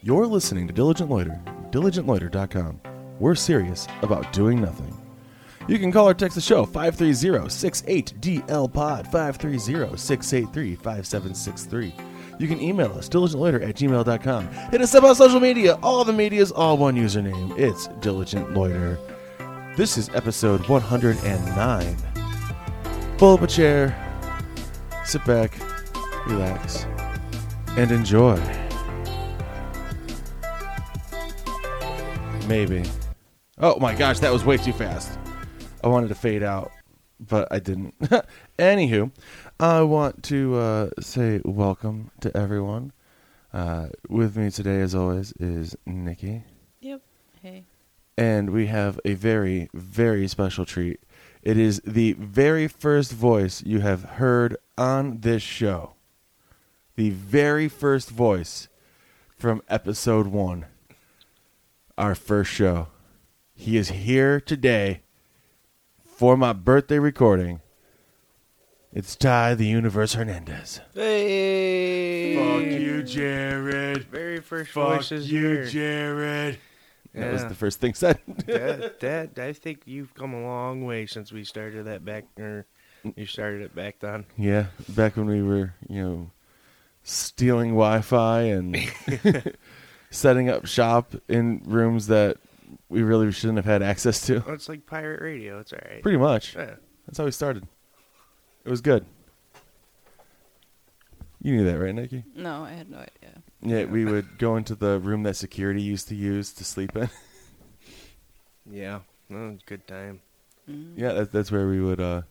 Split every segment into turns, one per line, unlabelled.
You're listening to Diligent Loiter, diligentloiter.com. We're serious about doing nothing. You can call or text the show 530-68DL pod 530-683-5763. You can email us diligentloiter at gmail.com. Hit us up on social media. All the media is all one username. It's Diligent Loiter. This is episode 109. Pull up a chair, sit back, relax, and enjoy. Maybe. Oh my gosh, that was way too fast. I wanted to fade out, but I didn't. Anywho, I want to uh, say welcome to everyone. Uh, with me today, as always, is Nikki.
Yep. Hey.
And we have a very, very special treat. It is the very first voice you have heard on this show. The very first voice from episode one, our first show. He is here today for my birthday recording. It's Ty the Universe Hernandez.
Hey!
Jared.
Very first voice is here.
Jared. That was
Yeah.
the first thing said.
that, that I think you've come a long way since we started that back, or you started it back then.
Yeah, back when we were, you know, stealing Wi-Fi and setting up shop in rooms that we really shouldn't have had access to.
Oh, it's like pirate radio. It's all right.
Pretty much.
Yeah.
That's how we started. It was good. You knew that, right, Nikki?
No, I had no idea.
Yeah, we would go into the room that security used to use to sleep in.
yeah. No, it's a good time.
yeah, that, that's where we would uh,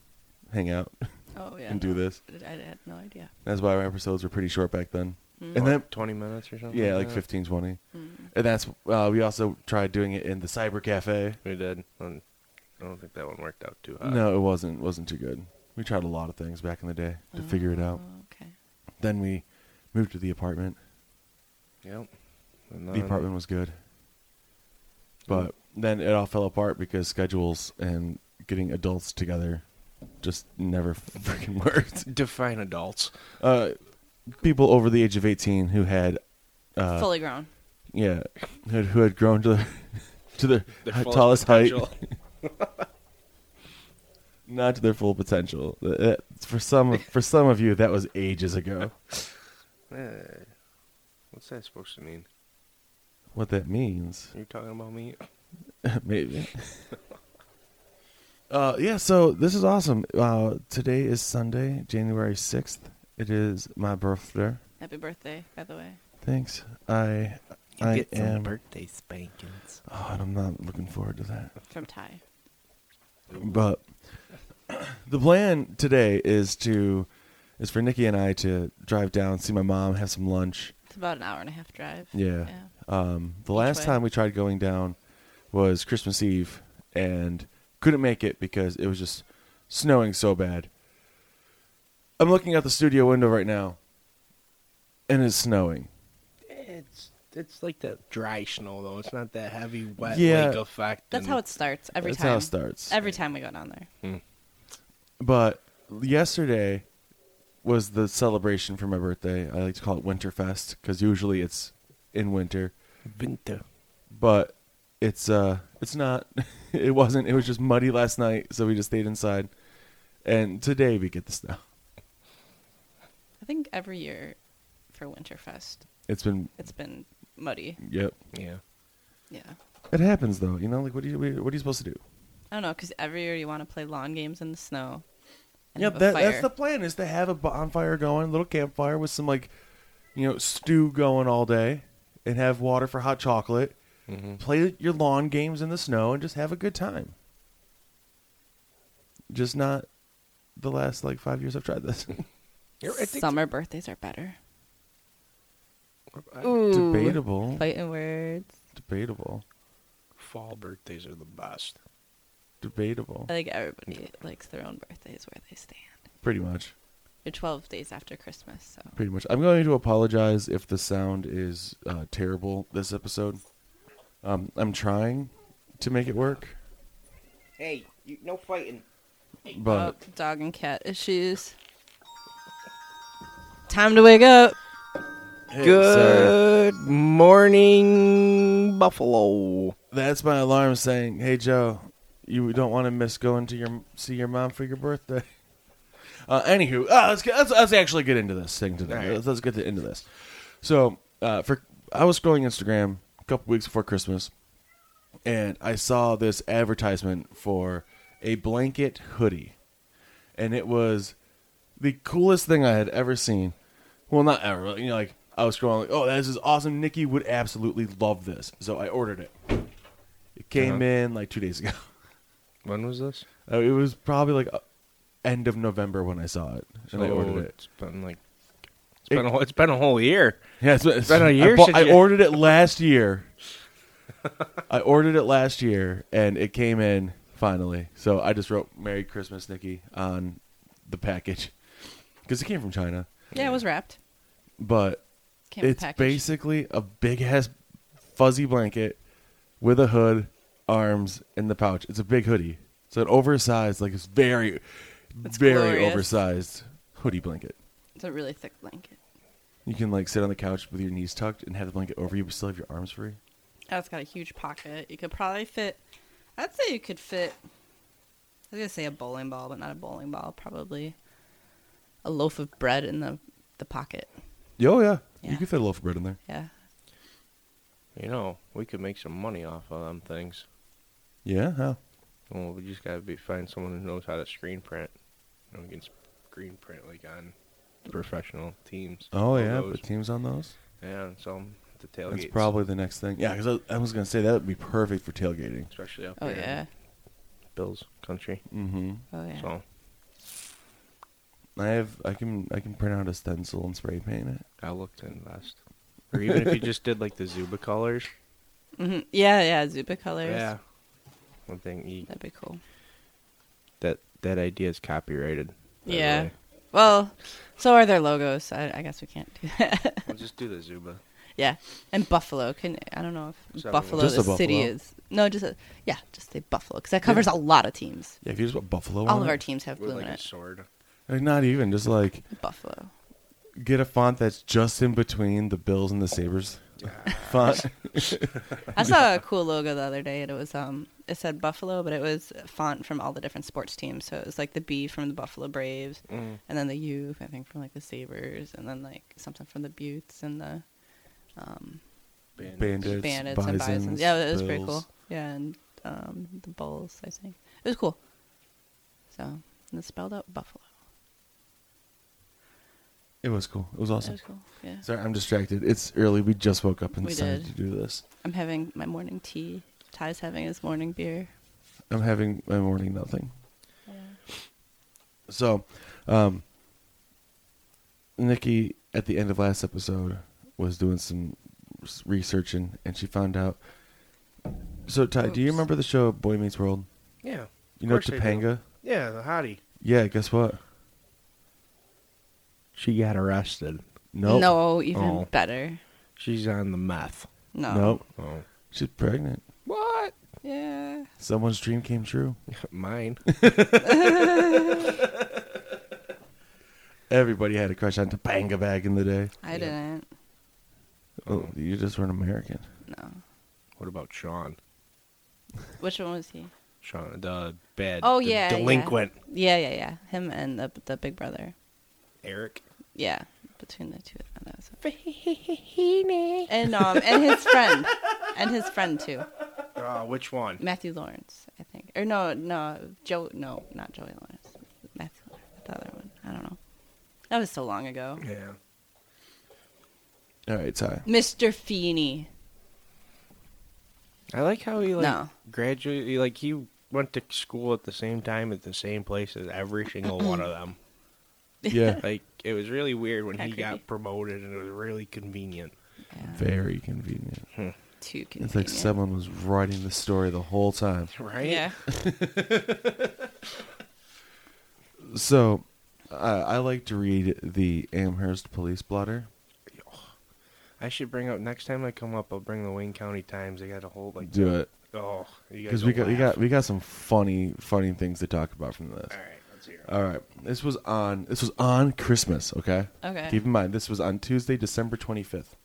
hang out
Mm. Oh yeah.
and do this.
I had no idea.
That's why our episodes were pretty short back then. And
What,
then,
20 minutes or something?
yeah, like
that?
15, 20.
Mm.
And that's, uh, we also tried doing it in the cyber cafe. Uh,
We did. Um, I don't think that one worked out too hot.
No, it wasn't. wasn't too good. We tried a lot of things back in the day to figure it out.
Oh, Okay.
Then we moved to the apartment.
Yep. And
the
then-
apartment was good, but then it all fell apart because schedules and getting adults together just never freaking worked.
Define adults.
Uh, people over the age of eighteen who had, uh,
Fully grown.
yeah, who had, who had grown to the to their,
Their
hi-
full
tallest height,
potential.
not to their full potential. That- that- for some for some of you, that was ages ago.
Eh, what's that supposed to mean?
What that means.
Are you talking about me?
Maybe. uh, yeah, so this is awesome. Uh, today is Sunday, January 6th. It is my birthday.
Happy birthday, by the way.
Thanks. I I am
birthday spankings.
oh, and I'm not looking forward to that.
From Ty.
But the plan today is to is for Nikki and I to drive down, see my mom, have some lunch.
It's about an hour and a half drive.
Yeah.
Yeah.
Um, the last
way?
time we tried going down was Christmas Eve and couldn't make it because it was just snowing so bad. I'm looking out the studio window right now and it's snowing.
It's it's like that dry snow though. It's not that heavy wet
Yeah.
lake effect.
That's
and-
how it starts every
That's
time.
how it starts.
Every time we go down there.
Hmm.
But yesterday was the celebration for my birthday. I like to call it Winterfest because usually it's in winter,
winter.
but it's uh it's not it wasn't it was just muddy last night so we just stayed inside and today we get the snow
I think every year for Winterfest,
it's been
it's been muddy.
Yep.
Yeah.
Yeah.
It happens though, you know. Like, what do you what are you supposed to do?
I don't know, because every year you want to play lawn games in the snow. and
Yep,
have a
that,
fire.
that's the plan is to have a bonfire going, a little campfire with some like, you know, stew going all day, and have water for hot chocolate.
Mm-hmm.
Play your lawn games in the snow and just have a good time. Just not the last like five years I've tried this.
Summer birthdays are better.
debatable,
Fighting words.
debatable,
Fall birthdays are the best.
debatable.
I think everybody likes their own birthdays where they stand.
Pretty much.
You're 12 days after Christmas, so.
Pretty much. I'm going to apologize if the sound is uh, terrible this episode. Um, I'm trying to make it work,
Hey, you, no fighting.
but
Oh, dog and cat issues. Time to wake up.
Uh,
Hey, sorry.
Good morning, Buffalo.
That's my alarm saying, "Hey Joe, you don't want to miss going to your see your mom for your birthday." Uh, anywho, uh, let's, get, let's let's actually get into this thing today.
All right.
Let's, let's get to into this. So, uh, for I was scrolling Instagram a couple weeks before Christmas, and I saw this advertisement for a blanket hoodie, and it was the coolest thing I had ever seen. Well, not ever. but, You know, like I was scrolling, like, "Oh, this is awesome! Nikki would absolutely love this." So I ordered it. It came
Uh-huh.
in like two days ago.
When was this?
Uh, It was probably like uh, end of November when I saw it, and I
So
ordered it.
It's been like it's
It-
been, a, whole- it's been a whole year.
Yeah, it's been,
Oh. been a
I
year
bought-
since
I,
you-
ordered it last year. I ordered it last year, and it came in finally. So I just wrote "Merry Christmas, Nikki" on the package because it came from China,
Yeah, it was wrapped.
but
Came
it's basically a big ass fuzzy blanket with a hood, arms, and the pouch. It's a big hoodie. It's an oversized, like it's very,
That's
very
glorious.
oversized hoodie blanket.
It's a really thick blanket.
You can like sit on the couch with your knees tucked and have the blanket over you, but still have your arms free.
Oh, it's got a huge pocket. You could probably fit. I'd say you could fit. I was gonna say a bowling ball, but not a bowling ball. Probably a loaf of bread in the the pocket.
Oh yeah, you
Yeah.
can fit a loaf of bread in there.
Yeah.
You know, we could make some money off of them things.
Yeah, how?
Well, we just gotta be find someone who knows how to screen print. You know, we can screen print like on professional teams.
Oh yeah,
Logos.
put teams on those.
yeah, and sell 'em at the tailgates.
That's probably the next thing. Yeah, because I, I was gonna say that would be perfect for tailgating.
especially up
Oh
here
yeah.
in Bills country.
Mm-hmm.
Oh yeah.
So
I have. I can. I can print out a stencil and spray paint it.
I looked to invest. Or even if you just did like the Zuba colors.
hmm Yeah, yeah. Zuba colors.
Yeah. One thing you,
That'd be cool.
that that idea is copyrighted. by the
yeah.
way.
Well, so are their logos. I, I guess we can't do that.
We'll just do the Zuba.
yeah. And Buffalo. Can I don't know if
Just have a
Buffalo
Just
the
a
city
Buffalo.
is. No, just a, yeah, just say Buffalo because that covers a lot of teams.
Yeah, if you just put buffalo
All
on
of our
it.
teams have
With
blue
like
in
a
it.
sword.
Like, not even just like
Buffalo.
get a font that's just in between the Bills and the Sabers font.
I saw a cool logo the other day, and it was um, it said Buffalo, but it was a font from all the different sports teams. So it was like the B from the Buffalo Braves,
Mm.
and then the U, I think, from like the Sabers, and then like something from the Buttes and the um,
Bandits.
Bandits,
Bandits and
bisons,
Bisons. Yeah, it was pretty
Bills.
cool. Yeah, and um, the Bulls, I think. It was cool. So and it's spelled out Buffalo.
It was cool. It was
That
awesome.
was cool. Yeah,
Sorry, I'm distracted. It's early. We just woke up and
We
decided to
did.
do this.
I'm having my morning tea. Ty's having his morning beer.
I'm having my morning nothing.
Yeah.
So, um, Nikki at the end of last episode was doing some s- researching, and she found out. So, Ty, do you
Oops.
remember the show Boy Meets World?
Yeah.
You know
Course I do.
Topanga?
Yeah, the hottie.
Yeah. Guess what?
She got arrested.
Nope.
No, even
Oh.
better.
She's on the meth.
No.
Nope.
Oh.
She's pregnant.
What?
Yeah.
Someone's dream came true.
Mine.
Everybody had a crush on Topanga back in the day.
I
Yep.
didn't.
Oh, you just weren't American.
No.
What about Sean?
Which one was he?
Sean, the bad.
Oh
the
yeah. yeah.
Delinquent.
Yeah, yeah, yeah. Him and the the big brother.
Eric.
Yeah. Between the two of them. That was- and um and his friend. and his friend too.
Uh, which one?
Matthew Lawrence, I think. Or no, no, Joe no, not Joey Lawrence. Matthew Lawrence. The other one. I don't know. That was so long ago.
Yeah.
All right, Ty.
Mr. Feeney.
I like how he like
No.
graduated. Like he went to school at the same time at the same place as every single one of them.
Yeah.
Like it was really weird when he
Kinda creepy.
got promoted, and it was really convenient.
Yeah.
Very convenient.
Too convenient.
It's like someone was writing the story the whole time.
Right?
Yeah.
So, uh, I like to read the Amherst Police Blotter.
I should bring up next time I come up. I'll bring the Wayne County Times. They got a whole like.
Do it
Oh, you guys
because we
will
got we
laugh.
got we got some funny funny things to talk about from this.
All right, let's hear. it.
All right, this was on this was on Christmas. Okay.
Okay.
Keep in mind this was on Tuesday, December twenty fifth.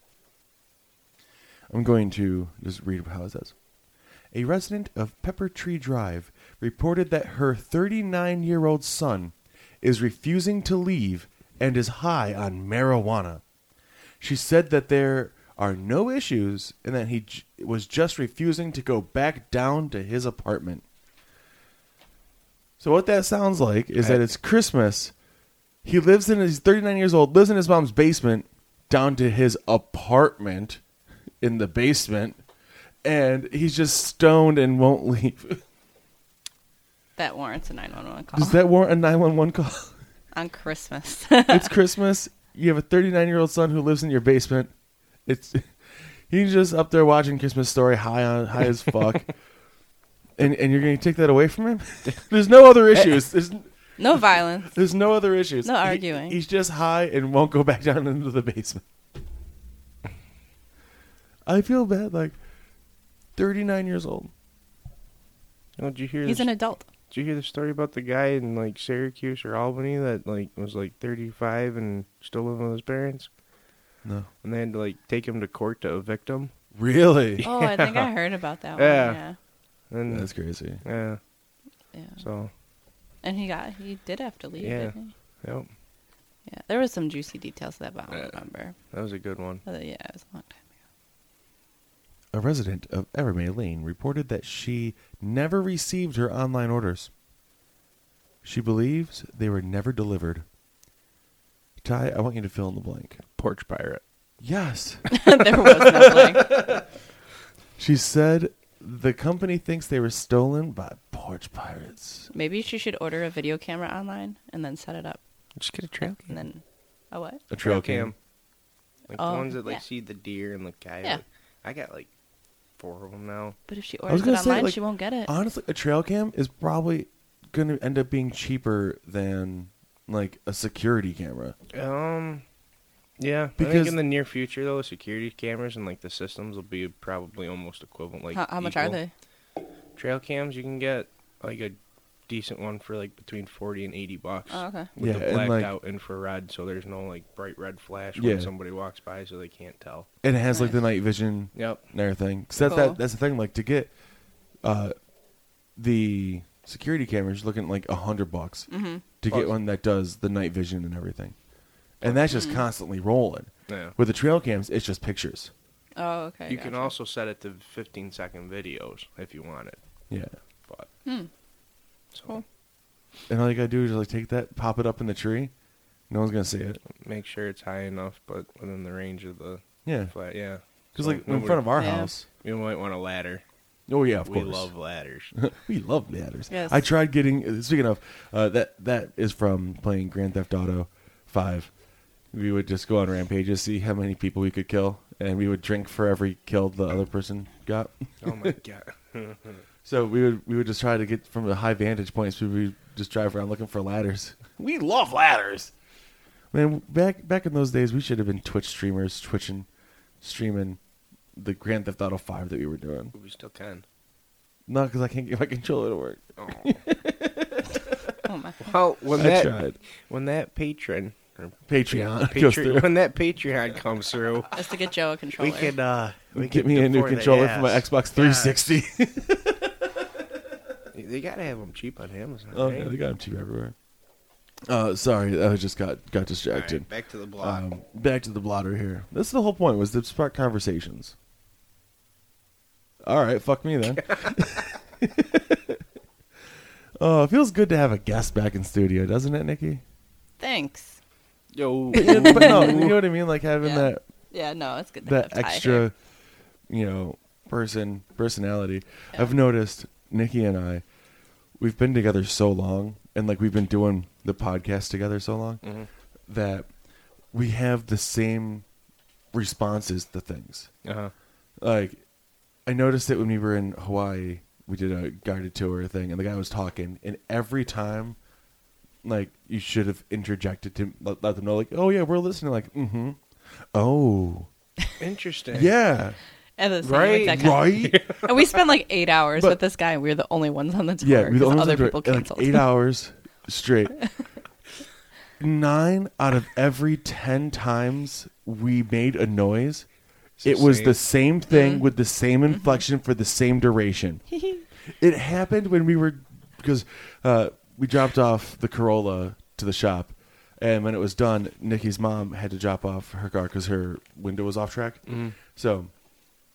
I'm going to just read how it says. A resident of Pepper Tree Drive reported that her 39 year old son is refusing to leave and is high on marijuana. She said that there are no issues and that he j- was just refusing to go back down to his apartment. So what that sounds like is that it's Christmas. He lives in his 39 years old, lives in his mom's basement, down to his apartment in the basement, and he's just stoned and won't leave.
That warrants a 911 call.
Does that warrant a 911 call?
On Christmas.
it's Christmas. You have a 39 year old son who lives in your basement. It's he's just up there watching Christmas Story, high on high as fuck. And, and you're going to take that away from him? There's no other issues. There's,
no violence.
There's no other issues.
No
He-
arguing.
he's just high and won't go back down into the basement. I feel bad. Like, 39 years old.
Oh, did you hear?
He's
this-
an adult.
Did you hear the story about the guy in like Syracuse or Albany that like was like 35 and still living with his parents,
No.
and they had to like take him to court to evict him?
Really?
Oh, I think I heard about that one.
Yeah.
Yeah.
And
That's crazy.
yeah,
Yeah.
so
And he got he did have to leave,
Yeah.
didn't he?
yep,
Yeah. There was some juicy details to that but I don't
Yeah.
remember.
that was a good one.
But yeah, it was a long time ago.
A resident of Evermay Lane reported that she never received her online orders. She believes they were never delivered. Ty, I want you to fill in the blank.
Porch pirate.
Yes.
there was no blank.
she said the company thinks they were stolen by porch pirates.
Maybe she should order a video camera online and then set it up
Just get a trail
and then a what?
A
Like
Oh,
the ones that like
yeah.
see the deer and the coyote.
Yeah.
I got like four of them now.
But if she
I was
orders it online,
gonna say, like,
she won't get it.
Honestly, a trail cam is probably going to end up being cheaper than like a security camera.
Um, yeah. I
Because-
think in the near future though, security cameras and like the systems will be probably almost equivalent. Like
how, how much are
equal.
they?
Trail cams you can get like a decent one for like between forty and eighty bucks.
Oh, okay.
With
Yeah,
the
and,
blacked
like-
out infrared, so there's no like bright red flash
Yeah.
when somebody walks by, so they can't tell.
And it has like the
Nice.
night vision
Yep.
and everything. 'Cause that's
Cool.
that, that's the thing. Like to get uh, the security cameras, you're looking at like a hundred bucks
Mm-hmm.
to get
Bucks.
one that does the night vision and everything, and that's
Mm-hmm.
just constantly rolling.
Yeah.
With the trail cams, it's just pictures.
Oh, okay.
You can
gotcha.
also set it to 15 second videos if you want it.
Yeah,
But
Hmm.
so
Cool.
and all you gotta do is like take that, pop it up in the tree. No one's gonna see it.
make sure it's high enough, but within the range of the
Yeah,
flat. Yeah,
because
So
like in
nobody-
front of our
Yeah.
house.
you might want a ladder.
Oh yeah, of
we
course.
love ladders.
we love ladders.
Yes.
I tried getting. Speaking of, uh, that that is from playing Grand Theft Auto Five. We would just go on rampages, see how many people we could kill, and we would drink for every kill the other person got.
oh my god.
So we would we would just try to get from the high vantage points. We would just drive around looking for ladders. We love ladders, man. Back back in those days, we should have been Twitch streamers, twitching, streaming the Grand Theft Auto Five that we were doing.
we still can.
Not because I can't get my controller to work.
Oh.
Oh my.
Well, when
I
that
tried.
when that patron or
Patreon goes
Patreon-
through.
when that Patreon comes through,
Just to get Joe a controller.
we can uh we
Get
can
me a new
deploy the
controller for my
ass.
Xbox 360.
They gotta have them cheap on Amazon.
oh,
right?
yeah, they got them cheap everywhere. Uh, sorry, I just got got
All
distracted.
right, back to the block.
Um, back to the blotter here. This is the whole point was to spark conversations. All right, fuck me then. Oh, it feels good to have a guest back in studio, doesn't it, Nikki?
Thanks.
Yo, Mm-hmm.
Yeah, but no, you know what I mean, like having
Yeah.
that
Yeah, no, it's good. to
that
have Ty
extra,
here.
you know, person personality. I've noticed Nikki and I, we've been together so long, and like we've been doing the podcast together so long
Mhm.
that we have the same responses to things.
uh-huh.
Like, I noticed it when we were in Hawaii. We did a guided tour thing, and the guy was talking, and every time. Like you should have interjected to let, let them know, like, oh yeah, we're listening. Like, mm-hmm, oh
interesting.
yeah,
And the same
Right,
exact time.
right?
And we spent like eight hours
But-
with this guy, and we were the only ones on the tour.
yeah, we the
'cause
only
other
ones that
people
were- like
canceled.
eight hours straight. Nine out of every ten times we made a noise, it was
same.
the same thing with the same inflection for the same duration. it happened when we were because uh, we dropped off the Corolla to the shop, and when it was done, Nikki's mom had to drop off her car because her window was off track. So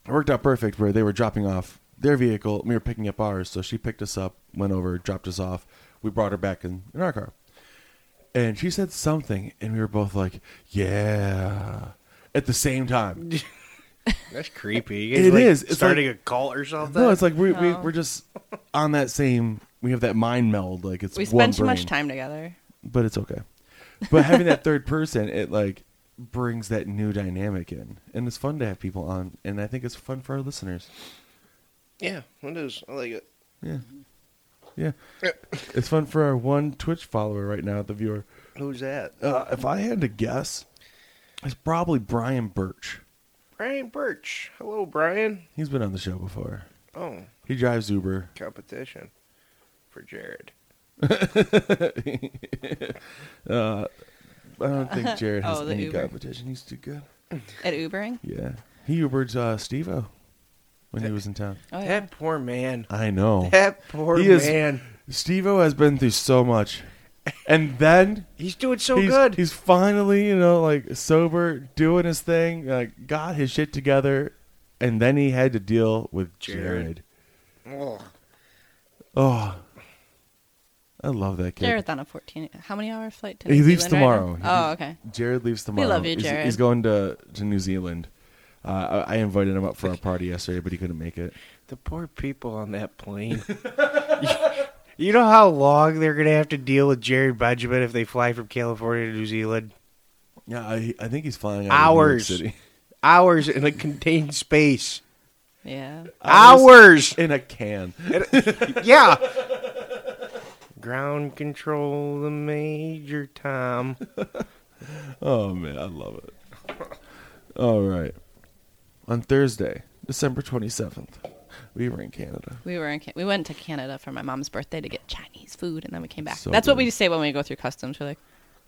it worked out perfect where they were dropping off their vehicle, and we were picking up ours. So she picked us up, went over, dropped us off. We brought her back in, in our car and she said something, and we were both like, "Yeah," at the same time.
That's creepy. You
It
like,
is. It's
starting a cult or something.
No, it's like we, we
No.
we're just on that same. We have that mind meld. Like it's
we
one
spend too much
brain.
time together.
but it's okay. But having that third person, it like brings that new dynamic in, and it's fun to have people on, and I think it's fun for our listeners.
yeah, it is. I like it.
Yeah, yeah, it's fun for our one Twitch follower right now, the viewer.
Who's that?
Uh, if I had to guess, it's probably Brian Birch.
Brian Birch. Hello, Brian.
He's been on the show before.
Oh,
He drives Uber.
competition for Jared.
Uh, I don't think Jared has
Oh, the
any
Uber.
competition. He's too good.
At Ubering?
Yeah. He Ubered uh, Steve O when he was in town.
Oh, yeah.
That poor man.
I know.
That poor
Oh. He is-
man.
Steve O has been through so much. And then
He's doing so
he's,
good.
he's finally, you know, like sober, doing his thing, like got his shit together. And then he had to deal with Jared.
Jared. Ugh.
Oh, I love that kid.
Jared's on a 14. How many hour flight to
He
New
leaves
Zealand right
tomorrow.
now?
He-
oh, okay.
Jared leaves tomorrow.
love you,
He's-
Jared.
He's, going to, to New Zealand. Uh, I, I invited him up for our party yesterday, but he couldn't make it.
The poor people on that plane. you know how long they're going to have to deal with Jared Benjamin if they fly from California to New Zealand?
Yeah, I, I think he's flying out of New York
Hours.
City.
Hours in a contained space.
Yeah.
Hours.
in a can.
yeah. Ground control the Major Tom.
Oh man, I love it. All right. On Thursday, December twenty seventh, we were in Canada.
We were in Can- we went to Canada for my mom's birthday to get Chinese food, and then we came back.
So
That's what we
good.
say when we go through customs. We're like,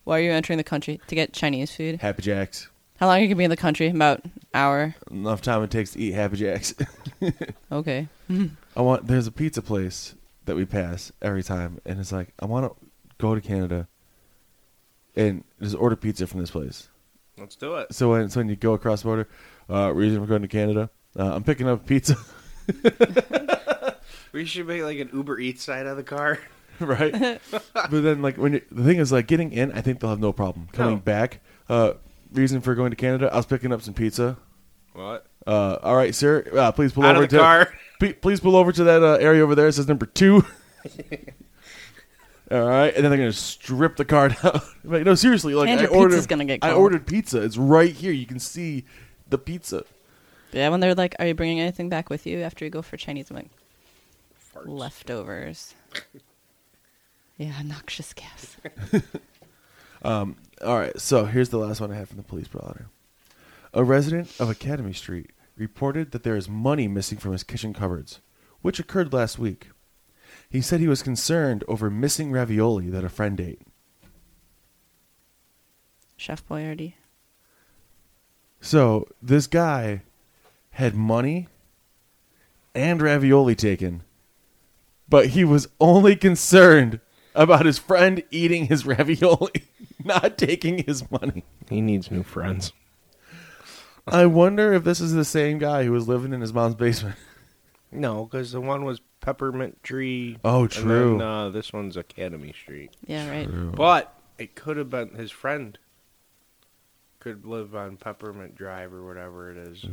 "Why are you entering the country to get Chinese food?
Happy Jacks.
How long are you gonna be in the country? About an hour.
Enough time it takes to eat Happy Jacks.
Okay.
I want. There's a pizza place that we pass every time, and it's like I want to go to Canada and just order pizza from this place.
Let's do it.
So when so when you go across the border, uh, reason we're going to Canada, uh, I'm picking up pizza.
We should make like an Uber Eats side of the car.
right? but then, like, when you the thing is, like, getting in, I think they'll have no problem coming
No.
back. Uh, reason for going to Canada? I was picking up some pizza.
What?
Uh, all right, sir. Uh, please pull
Out of
over
the
to
car.
Pe- please pull over to that uh, area over there. It says number two. all right, and then they're gonna strip the card out. I'm like, no, seriously, like,
And
I
your
ordered.
pizza's gonna get
I
cold.
ordered pizza. It's right here. You can see the pizza.
Yeah. When they're like, "Are you bringing anything back with you after you go for Chinese?" I'm like, "Leftovers." yeah, noxious gas.
All right, so here's the last one I have from the police blotter. A resident of Academy Street reported that there is money missing from his kitchen cupboards, which occurred last week. He said he was concerned over missing ravioli that a friend ate.
Chef Boyardee.
So this guy had money and ravioli taken, but he was only concerned about his friend eating his ravioli, not taking his money.
He needs new friends.
I wonder if this is the same guy who was living in his mom's basement.
No, because the one was Peppermint Tree.
Oh,
and
true.
then, uh, this one's Academy Street.
Yeah. Right.
But it could have been his friend. Could live on Peppermint Drive or whatever it is.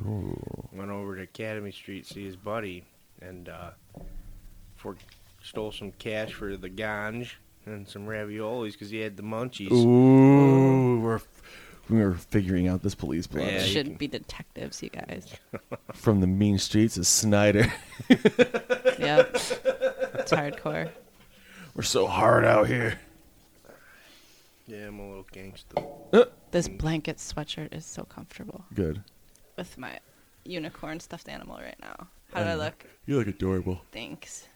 Went over to Academy Street, see his buddy, and uh, for stole some cash for the ganj and some raviolis because he had the munchies.
Ooh, we're we were figuring out this police plot
Yeah, you
Should
can-
be detectives, you guys.
from the mean streets of Snyder.
yep. It's hardcore.
we're so hard out here.
Yeah, I'm a little gangster.
This blanket sweatshirt is so comfortable.
Good.
with my unicorn stuffed animal right now. How do I look?
You look adorable.
Thanks.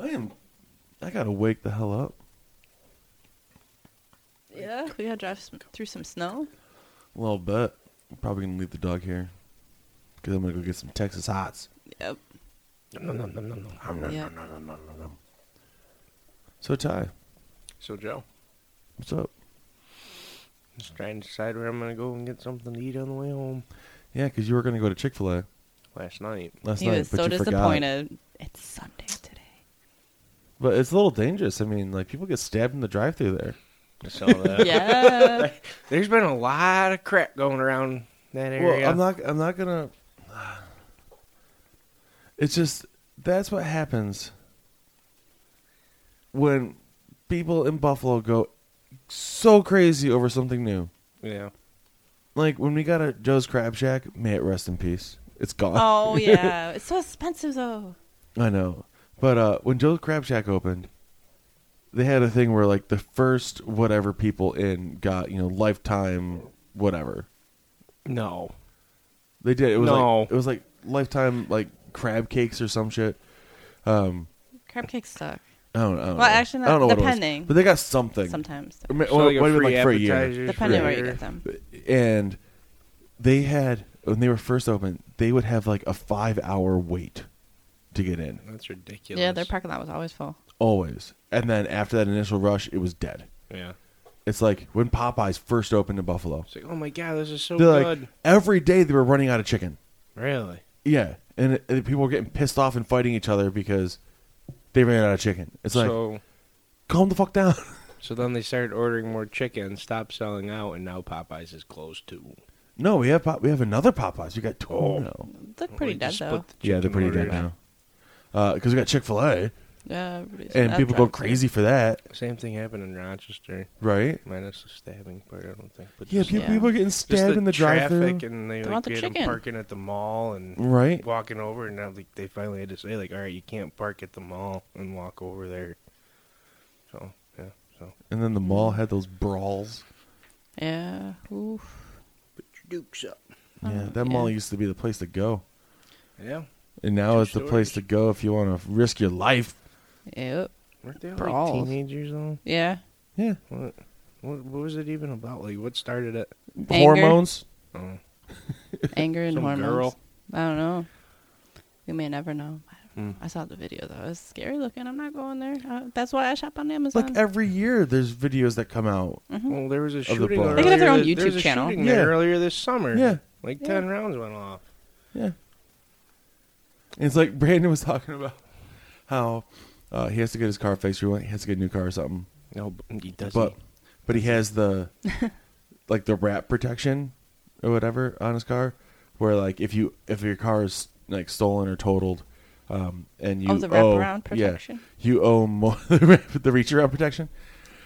I am. I gotta wake the hell up.
Yeah, we gotta drive some, through some snow.
A little bit. I'm probably gonna leave the dog here. Because I'm going to go get some Texas Hots.
Yep.
Nom, nom, nom, nom, nom, nom.
Yep.
So, Ty,
So Joe,
what's up?
just trying to decide where I'm gonna go and get something to eat on the way home.
Yeah, because you were going to go to Chick fil A
Last night,
last
He
night.
was
but
so
you forgot.
disappointed. It's Sunday today.
But it's a little dangerous. I mean, like, people get stabbed in the drive through there.
I saw that.
Yeah.
There's been a lot of crap going around that area.
Well, I'm not. I'm not gonna. It's just that's what happens when people in Buffalo go so crazy over something new.
Yeah.
Like when we got a Joe's Crab Shack, may it rest in peace. It's gone.
oh yeah. It's so expensive though.
I know. But uh, when Joe's Crab Shack opened, they had a thing where like the first whatever people in got you know lifetime whatever.
No.
They did. It was
No.
like it was like lifetime like crab cakes or some shit. Um,
Crab cakes suck
I don't, I don't
Well,
know.
actually,
I don't know
not-
what it was,
depending.
but they got something.
sometimes.
I
though.
mean,
So
well,
like
it might
a
have been,
free
like, for a year.
appetizer.
Depending
free.
where you get them.
And they had when they were first open, they would have like a five hour wait to get in
That's ridiculous.
Yeah, their parking lot was always full.
always. And then after that initial rush, it was dead.
Yeah.
It's like when Popeyes first opened in Buffalo.
It's like, oh my god, this is so
They're
good.
like every day they were running out of chicken.
really?
Yeah, and, it- and people were getting pissed off and fighting each other because they ran out of chicken. It's like
so
calm the fuck down.
so then they started ordering more chicken, stopped selling out, and now Popeyes is closed too.
no, we have Pop- we have another Popeyes. We got two
Oh.
now.
They're pretty
They
dead
just
though.
split the
Yeah, they're
chicken
pretty dead
orders.
now. Because Uh, we got Chick Fil A,
Yeah. everybody's-
and
that
people go
drive-thru.
crazy for that,
Same thing happened in Rochester,
right?
minus the stabbing part. I don't think. But
Yeah,
just,
people,
Yeah.
people are getting
just
stabbed in the drive-through,
traffic, and they,
They
like,
want the
get 'em
chicken.
parking at the mall and
right?
walking over, and now like, they finally had to say like, all right, you can't park at the mall and walk over there. So yeah, so
And then the mall had those brawls.
Yeah. Oof.
put your dukes up.
Yeah,
Oh,
that mall
yeah.
used to be the place to go,
Yeah,
and now
Two
it's the place
stories.
to go if you want to risk your life.
Yep.
weren't they all, like
Brawls.
teenagers though?
Yeah.
Yeah,
What, what what was it even about? Like what started it?
Anger.
hormones.
Oh,
Anger and
Some
hormones.
girl.
I don't know. We may never know. I,
Hmm.
don't know. I saw the video though. It's scary looking. I'm not going there. Uh, that's why I shop on Amazon.
Like every year, there's videos that come out.
Mhm.
well, there was a
the
shooting.
ball.
earlier
They
could have their own
thi- there was
YouTube
a
channel.
shooting there
Yeah.
earlier this summer.
Yeah.
like
Yeah.
ten rounds went off.
Yeah. And it's like Brandon was talking about how uh, he has to get his car fixed. He has to get a new car or something.
No, but he does.
but but he has the like the wrap protection or whatever on his car, where like if you if your car is like stolen or totaled, um, and you
Oh, the
owe-
wraparound protection?
yeah, you owe more the wrap- the reach around protection.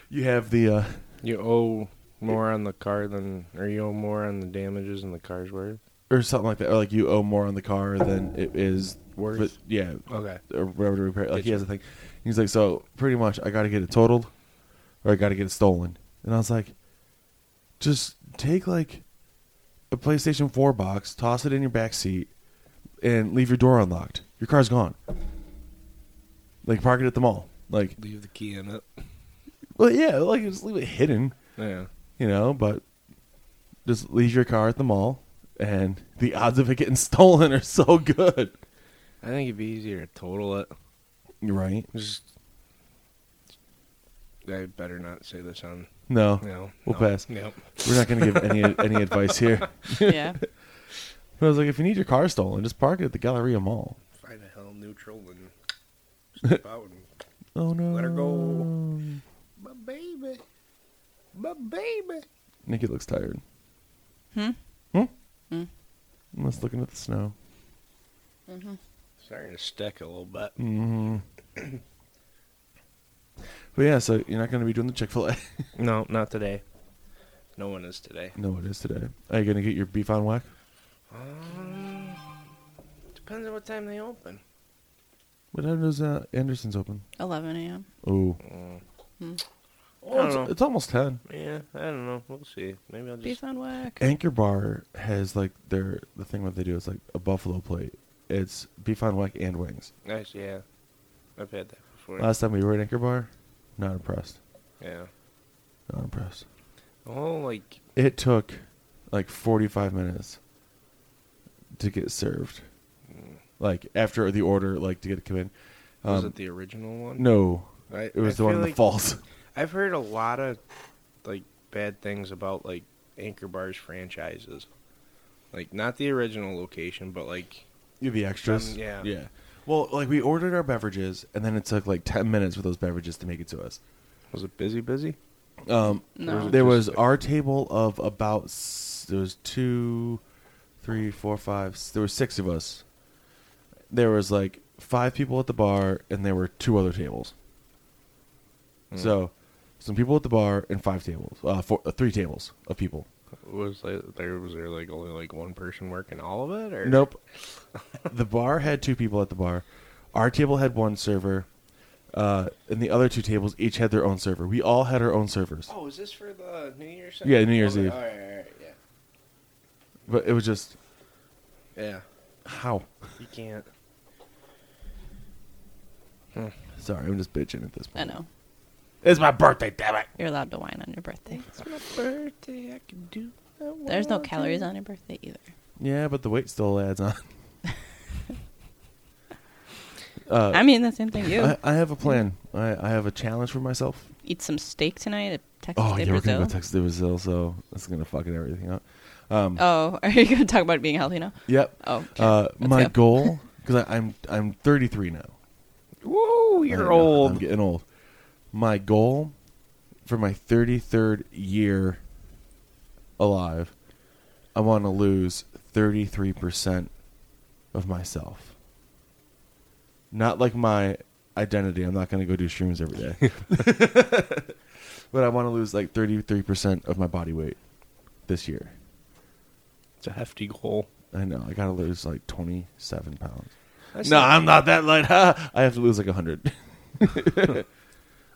You have the uh,
you owe more on the car than, or you owe more on the damages than the car's worth.
or something like that, or like you owe more on the car than it is
Worth.
But, yeah,
Okay.
or whatever to repair. it. Like he
Gotcha.
has a thing. He's like, so pretty much, I got to get it totaled, or I got to get it stolen. And I was like, just take like a PlayStation Four box, toss it in your back seat, and leave your door unlocked. Your car's gone. Like park it at the mall. Like,
Leave the key in it.
well, yeah, like just leave it hidden,
Yeah.
you know. But just leave your car at the mall, and the odds of it getting stolen are so good,
I think it'd be easier to total it.
right?
Just, I better not say this on.
No,
No.
We'll
no,
pass.
Nope.
we're not going to give any any advice here.
yeah.
But I was like, if you need your car stolen, just park it at the Galleria Mall.
Find a hell neutral and step out and
Oh no.
Let her go. my baby, my baby.
Nikki looks tired.
Hmm?
Hmm?
Hmm.
I'm just looking at the snow.
Starting to stick a little bit.
hmm but yeah, so you're not going to be doing the Chick fil A.
No, not today. No one is today.
no, it is today. Are you going to get your beef on whack?
Um, depends on what time they open.
What time does uh, Anderson's open?
11 a.m.
Oh.
I don't
it's,
know.
it's almost 10.
Yeah, I don't know. We'll see. Maybe I'll just.
Beef on whack.
Anchor Bar has like their, the thing what they do is like a buffalo plate. It's beef on whack and wings.
Nice, yeah. I've had that before.
Last time we were at Anchor Bar, not impressed.
yeah.
Not impressed.
The whole like
it took like 45 minutes to get served, like after the order, like to get it come in.
Was
Um,
it the original one?
No,
I,
it was
I
the one
feel
in the
like
falls.
I've heard a lot of like bad things about like Anchor Bars franchises, like not the original location, but like
You the extras.
Um, yeah.
yeah. Well, like we ordered our beverages, and then it took like ten minutes for those beverages to make it to us.
was it busy busy?
Um,
No.
There was
Just-
our table of about s- there was two, three, four, five. s- There were six of us. There was like five people at the bar, and there were two other tables. So, some people at the bar and five tables, uh, four, uh, three tables of people.
Was like, there was there like only like one person working all of it or
Nope. the bar had two people at the bar. Our table had one server, uh, and the other two tables each had their own server. We all had our own servers,
Oh, is this for the New Year's?
Yeah, New Year's
Okay,
Eve.
All right, all right, yeah.
but it was just
Yeah,
how.
you can't.
Sorry, I'm just bitching at this
I
point.
know.
It's my birthday, damn it.
You're allowed to wine on your birthday.
It's my birthday. I can do. That
There's no calories on your birthday either.
Yeah, but the weight still adds on. uh,
I mean, the same thing you.
I, I have a plan. I, I have a challenge for myself.
Eat some steak tonight at Texas
Oh,
Day
yeah, we're gonna
Brazil.
go Texas to Brazil, so that's gonna fucking everything up. Um,
oh, are you going to talk about being healthy now?
Yep.
Oh, okay.
Uh,
Let's
my
go.
goal, because I'm I'm 33 now.
Whoa,
I
you're
know, I'm
old.
getting old. My goal for my 33rd year alive, I want to lose 33% of myself. Not like my identity. I'm not going to go do shrooms every day. but I want to lose like 33% of my body weight this year.
It's a hefty goal.
I know. I got to lose like 27 pounds.
That's
no,
not-
I'm not that light. Ha! I have to lose like 100. I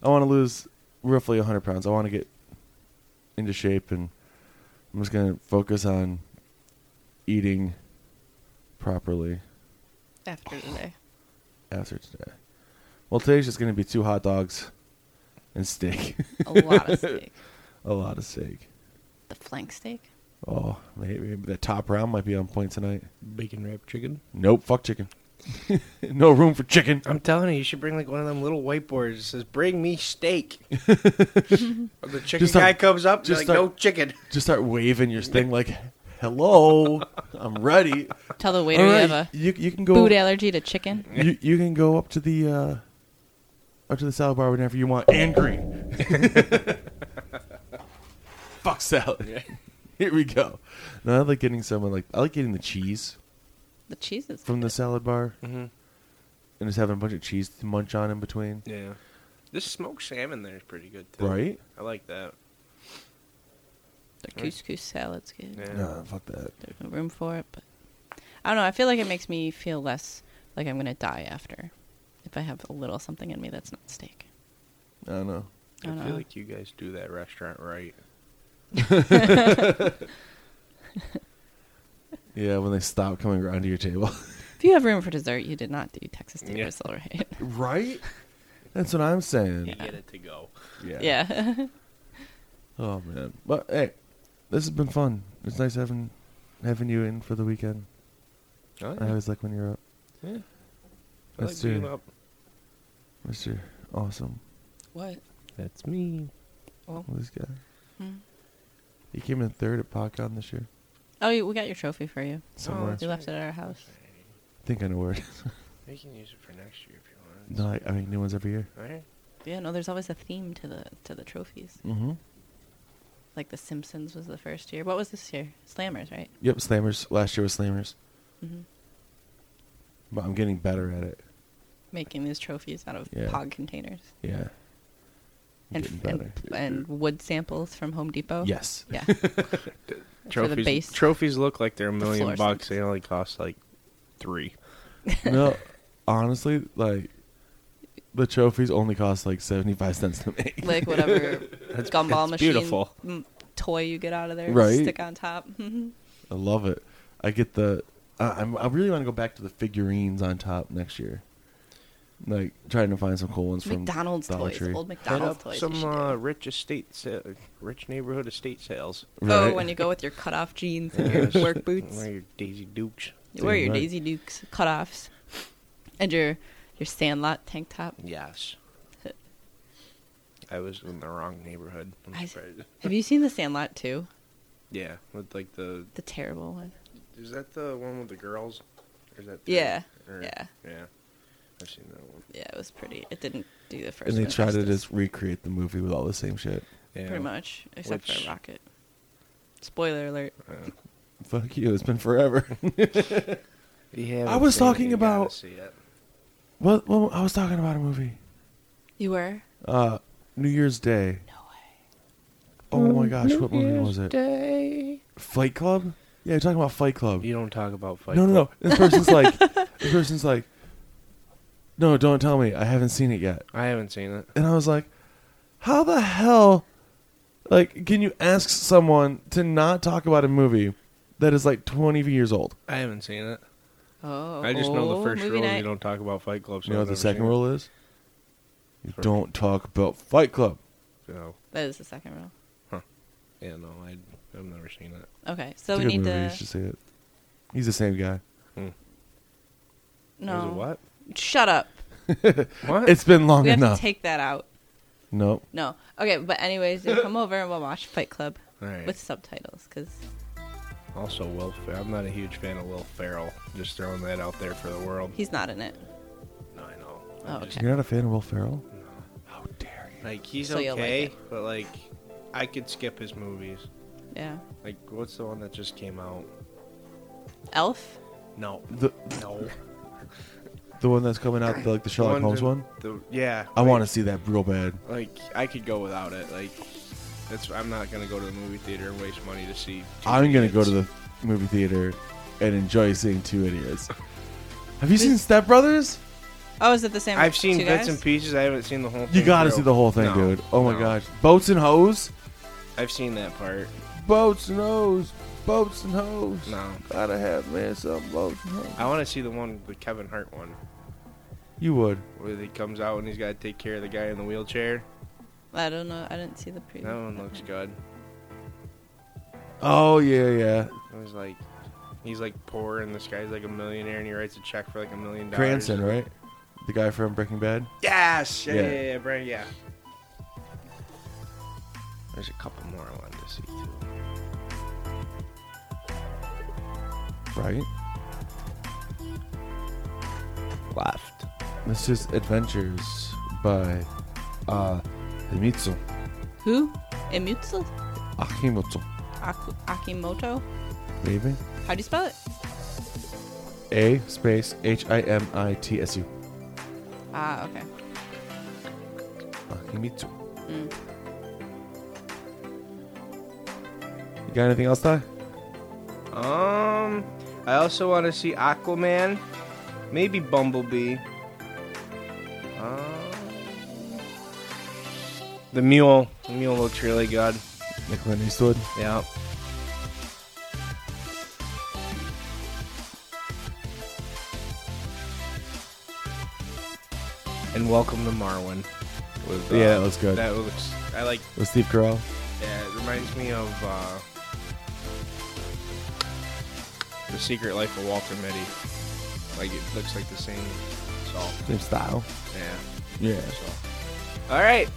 want to lose roughly 100 pounds. I want to get into shape, and I'm just going to focus on eating properly
After today.
after today. Well, today's just going to be two hot dogs and steak.
A lot of steak.
A lot of steak.
The flank steak?
Oh, maybe, maybe that top round might be on point tonight.
bacon wrapped chicken.
Nope, fuck chicken. no room for chicken.
I'm telling you, you should bring like one of them little whiteboards that says "Bring me steak." Or the chicken
Just start-
guy comes up,
just
just like
start-
no chicken.
Just start waving your thing like, hello, I'm ready.
Tell the waiter
All
you
right,
have a
you, you can go.
food allergy to chicken.
You, you can go up to the uh, up to the salad bar whenever you want, and green. Fuck salad. Here we go. No, I like getting someone like I like getting the cheese
The cheese is
from the salad bar
Mm-hmm.
and just having a bunch of cheese to munch on in between.
Yeah, this smoked salmon there is pretty good too.
Right?
I like that.
the couscous salad's good.
Yeah.
Nah, fuck that.
There's no room for it, but I don't know. I feel like it makes me feel less like I'm going to die after if I have a little something in me that's not steak.
I don't know.
I
I,
don't
feel
know.
like you guys do that restaurant right.
Yeah, when they stop coming around to your table,
If you have room for dessert, you did not do Texas Day
Yeah.
Brazil, right?
right? That's what I'm saying.
You get it to go.
Yeah.
yeah.
Oh man. But hey, this has been fun. It's nice having having you in for the weekend.
Oh,
I
Uh,
always like when you're up.
yeah. I
That's
like being
true.
up.
Mr. Awesome.
What?
That's me.
Oh,
Well, This guy.
Hmm.
He came in third at PodCon this year.
oh you- we got your trophy for you.
Somewhere.
that's
You left it
right.
at our house.
I think I know where it is.
You can use it for next year if you want.
no, I, I make new ones every year.
All right.
Yeah, no, there's always a theme to the to the trophies.
Mm-hmm.
Like The Simpsons was the first year. What was this year? Slammers, right?
Yep, Slammers. Last year was Slammers.
hmm
But I'm getting better at it.
Making these trophies out of
Yeah.
pod containers
Yeah. I'm
and,
getting
f- and
better.
and wood samples from Home Depot.
Yes.
Yeah.
Trophies.
base.
Trophies look like they're a million
floor
bucks.
sinks.
They only cost like three.
no, honestly, like the trophies only cost like seventy five cents to make.
like whatever gumball
that's
machine
beautiful.
m- toy you get out of there,
Right.
stick on top. Mhm.
I love it. I get the. I, I'm, I really want to go back to the figurines on top next year. Like trying to find some cool ones from
McDonald's
Dollar
toys,
Tree.
old
Hit
McDonald's
up
toys. you
some
should
uh,
do.
rich estate, sa- rich neighborhood estate sales.
Oh,
Right.
when you go with your cutoff jeans and your
Yes.
work boots.
Wear your Daisy Dukes.
You wear
Damn
your
right.
Daisy Dukes cutoffs and your your Sandlot tank top.
Yes. I was in the wrong neighborhood.
I
I'm
s-
surprised.
Have you seen the Sandlot too?
Yeah, with like the
The terrible one.
is that the one with the girls? Or is that the-
Yeah,
or-
yeah,
Yeah. I've seen that one.
yeah. It was pretty. It didn't do the first.
And they
one
try to
justice,
just recreate the movie with all the same shit.
Yeah.
pretty much, except
Which-
for Rocket. Spoiler alert.
Fuck you. It's been forever.
Yeah.
I was talking about-
See it.
well, well, I was talking about a movie.
You were
Uh, New Year's Day.
no way.
Oh my gosh, what movie was it? Fight Club? Yeah, you're talking about Fight Club.
You don't talk about fight.
no, no, no.
Club.
This person's like, this person's like, no, don't tell me. I haven't seen it yet.
I haven't seen it.
And I was like, how the hell, like, can you ask someone to not talk about a movie that is like 20 years old?
I haven't seen it.
Oh,
I just know the first
movie
rule is
night.
you don't talk about Fight Club. So
You know
I've
what the
never
second
seen it.
rule is? You
Sorry.
don't talk about Fight Club.
No.
That is the second rule.
Oh, Yeah, no, I, I've never seen it.
Okay, so
It's a
we
good
need
movie. You
to
should see it. He's the same guy.
no.
Hmm. Is it what?
Shut up.
What?
It's been long
Uh, we have
enough.
to take that out.
nope.
No. Okay, but anyways, you come over and we'll watch Fight Club
All right.
with subtitles because
Also, Will. Fer- I'm not a huge fan of Will Ferrell. Just throwing that out there for the world.
he's not in it.
no, I know.
Oh,
I'm just-
okay.
You're not a fan of Will Ferrell? How dare you?
like he's
So you'll like
okay,
it.
but like I could skip his movies.
Yeah.
Like, what's the one that just came out?
Elf.
No,
The
no.
the one that's coming out, the, like the Sherlock Holmes
One's in-
one.
The, yeah,
I want to see that real bad.
to. Like, I could go without it. Like, that's. I'm not gonna go to the movie theater and waste money to see. two
I'm gonna go
idiots.
to the movie theater and enjoy seeing two idiots. Have you seen Step Brothers?
Oh, is it the same?
I've seen
two
bits
guys?
and pieces. I haven't seen the whole. thing
You gotta
through.
see the whole thing,
No,
dude. Oh my
no.
gosh, boats and hoes,
I've seen that part.
boats and hoes, boats and hoes.
No,
Gotta have man some boats and hoes.
I want to see the one the Kevin Hart one
You would.
where he comes out and he's got to take care of the guy in the wheelchair.
I don't know. I didn't see the preview.
That one looks good.
Oh yeah, yeah.
It was like, he's like poor and this guy's like a millionaire and he writes a check for like a million dollars.
Cranston, right? The guy from Breaking Bad.
Yes. Yeah,
Yeah.
yeah, yeah, yeah, Brian, yeah. There's a couple more I wanted to see too.
Right.
Left.
This is Adventures by uh, Himitsu
Who? Emutsu
Akimotsu.
Aku- Akimoto.
Maybe.
How do you spell it?
A space H I M I T S U.
Ah, okay.
Akimitsu.
Mm.
You got anything else, Ty?
Um, I also want to see Aquaman, maybe Bumblebee. Um, the mule. The mule looks really good.
Nicholas Eastwood.
Yeah. And welcome to Marwin. With, uh,
Yeah, that looks good.
That looks. I like.
With Steve Carell.
Yeah, it reminds me of uh, the Secret Life of Walter Mitty. Like it looks like the same salt.
Same style.
Yeah.
Yeah.
So. All right.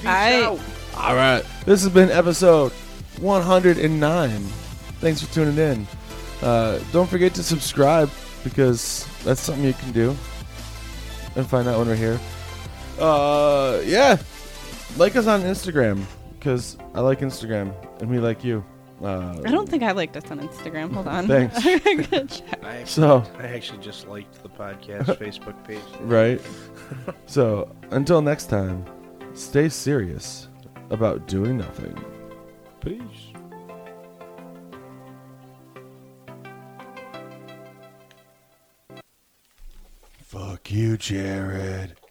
Peace
Aight.
out.
All right. This has been episode 109. Thanks for tuning in. Uh, don't forget to subscribe because that's something you can do and find out when we're here. Uh, yeah. Like us on Instagram because I like Instagram and we like you. Uh,
I don't think I liked us on Instagram. Hold on.
Thanks.
I'm gonna check.
I actually,
so.
I actually just liked the podcast Facebook page.
Right? so, until next time, stay serious about doing nothing.
Peace.
Fuck you, Jared.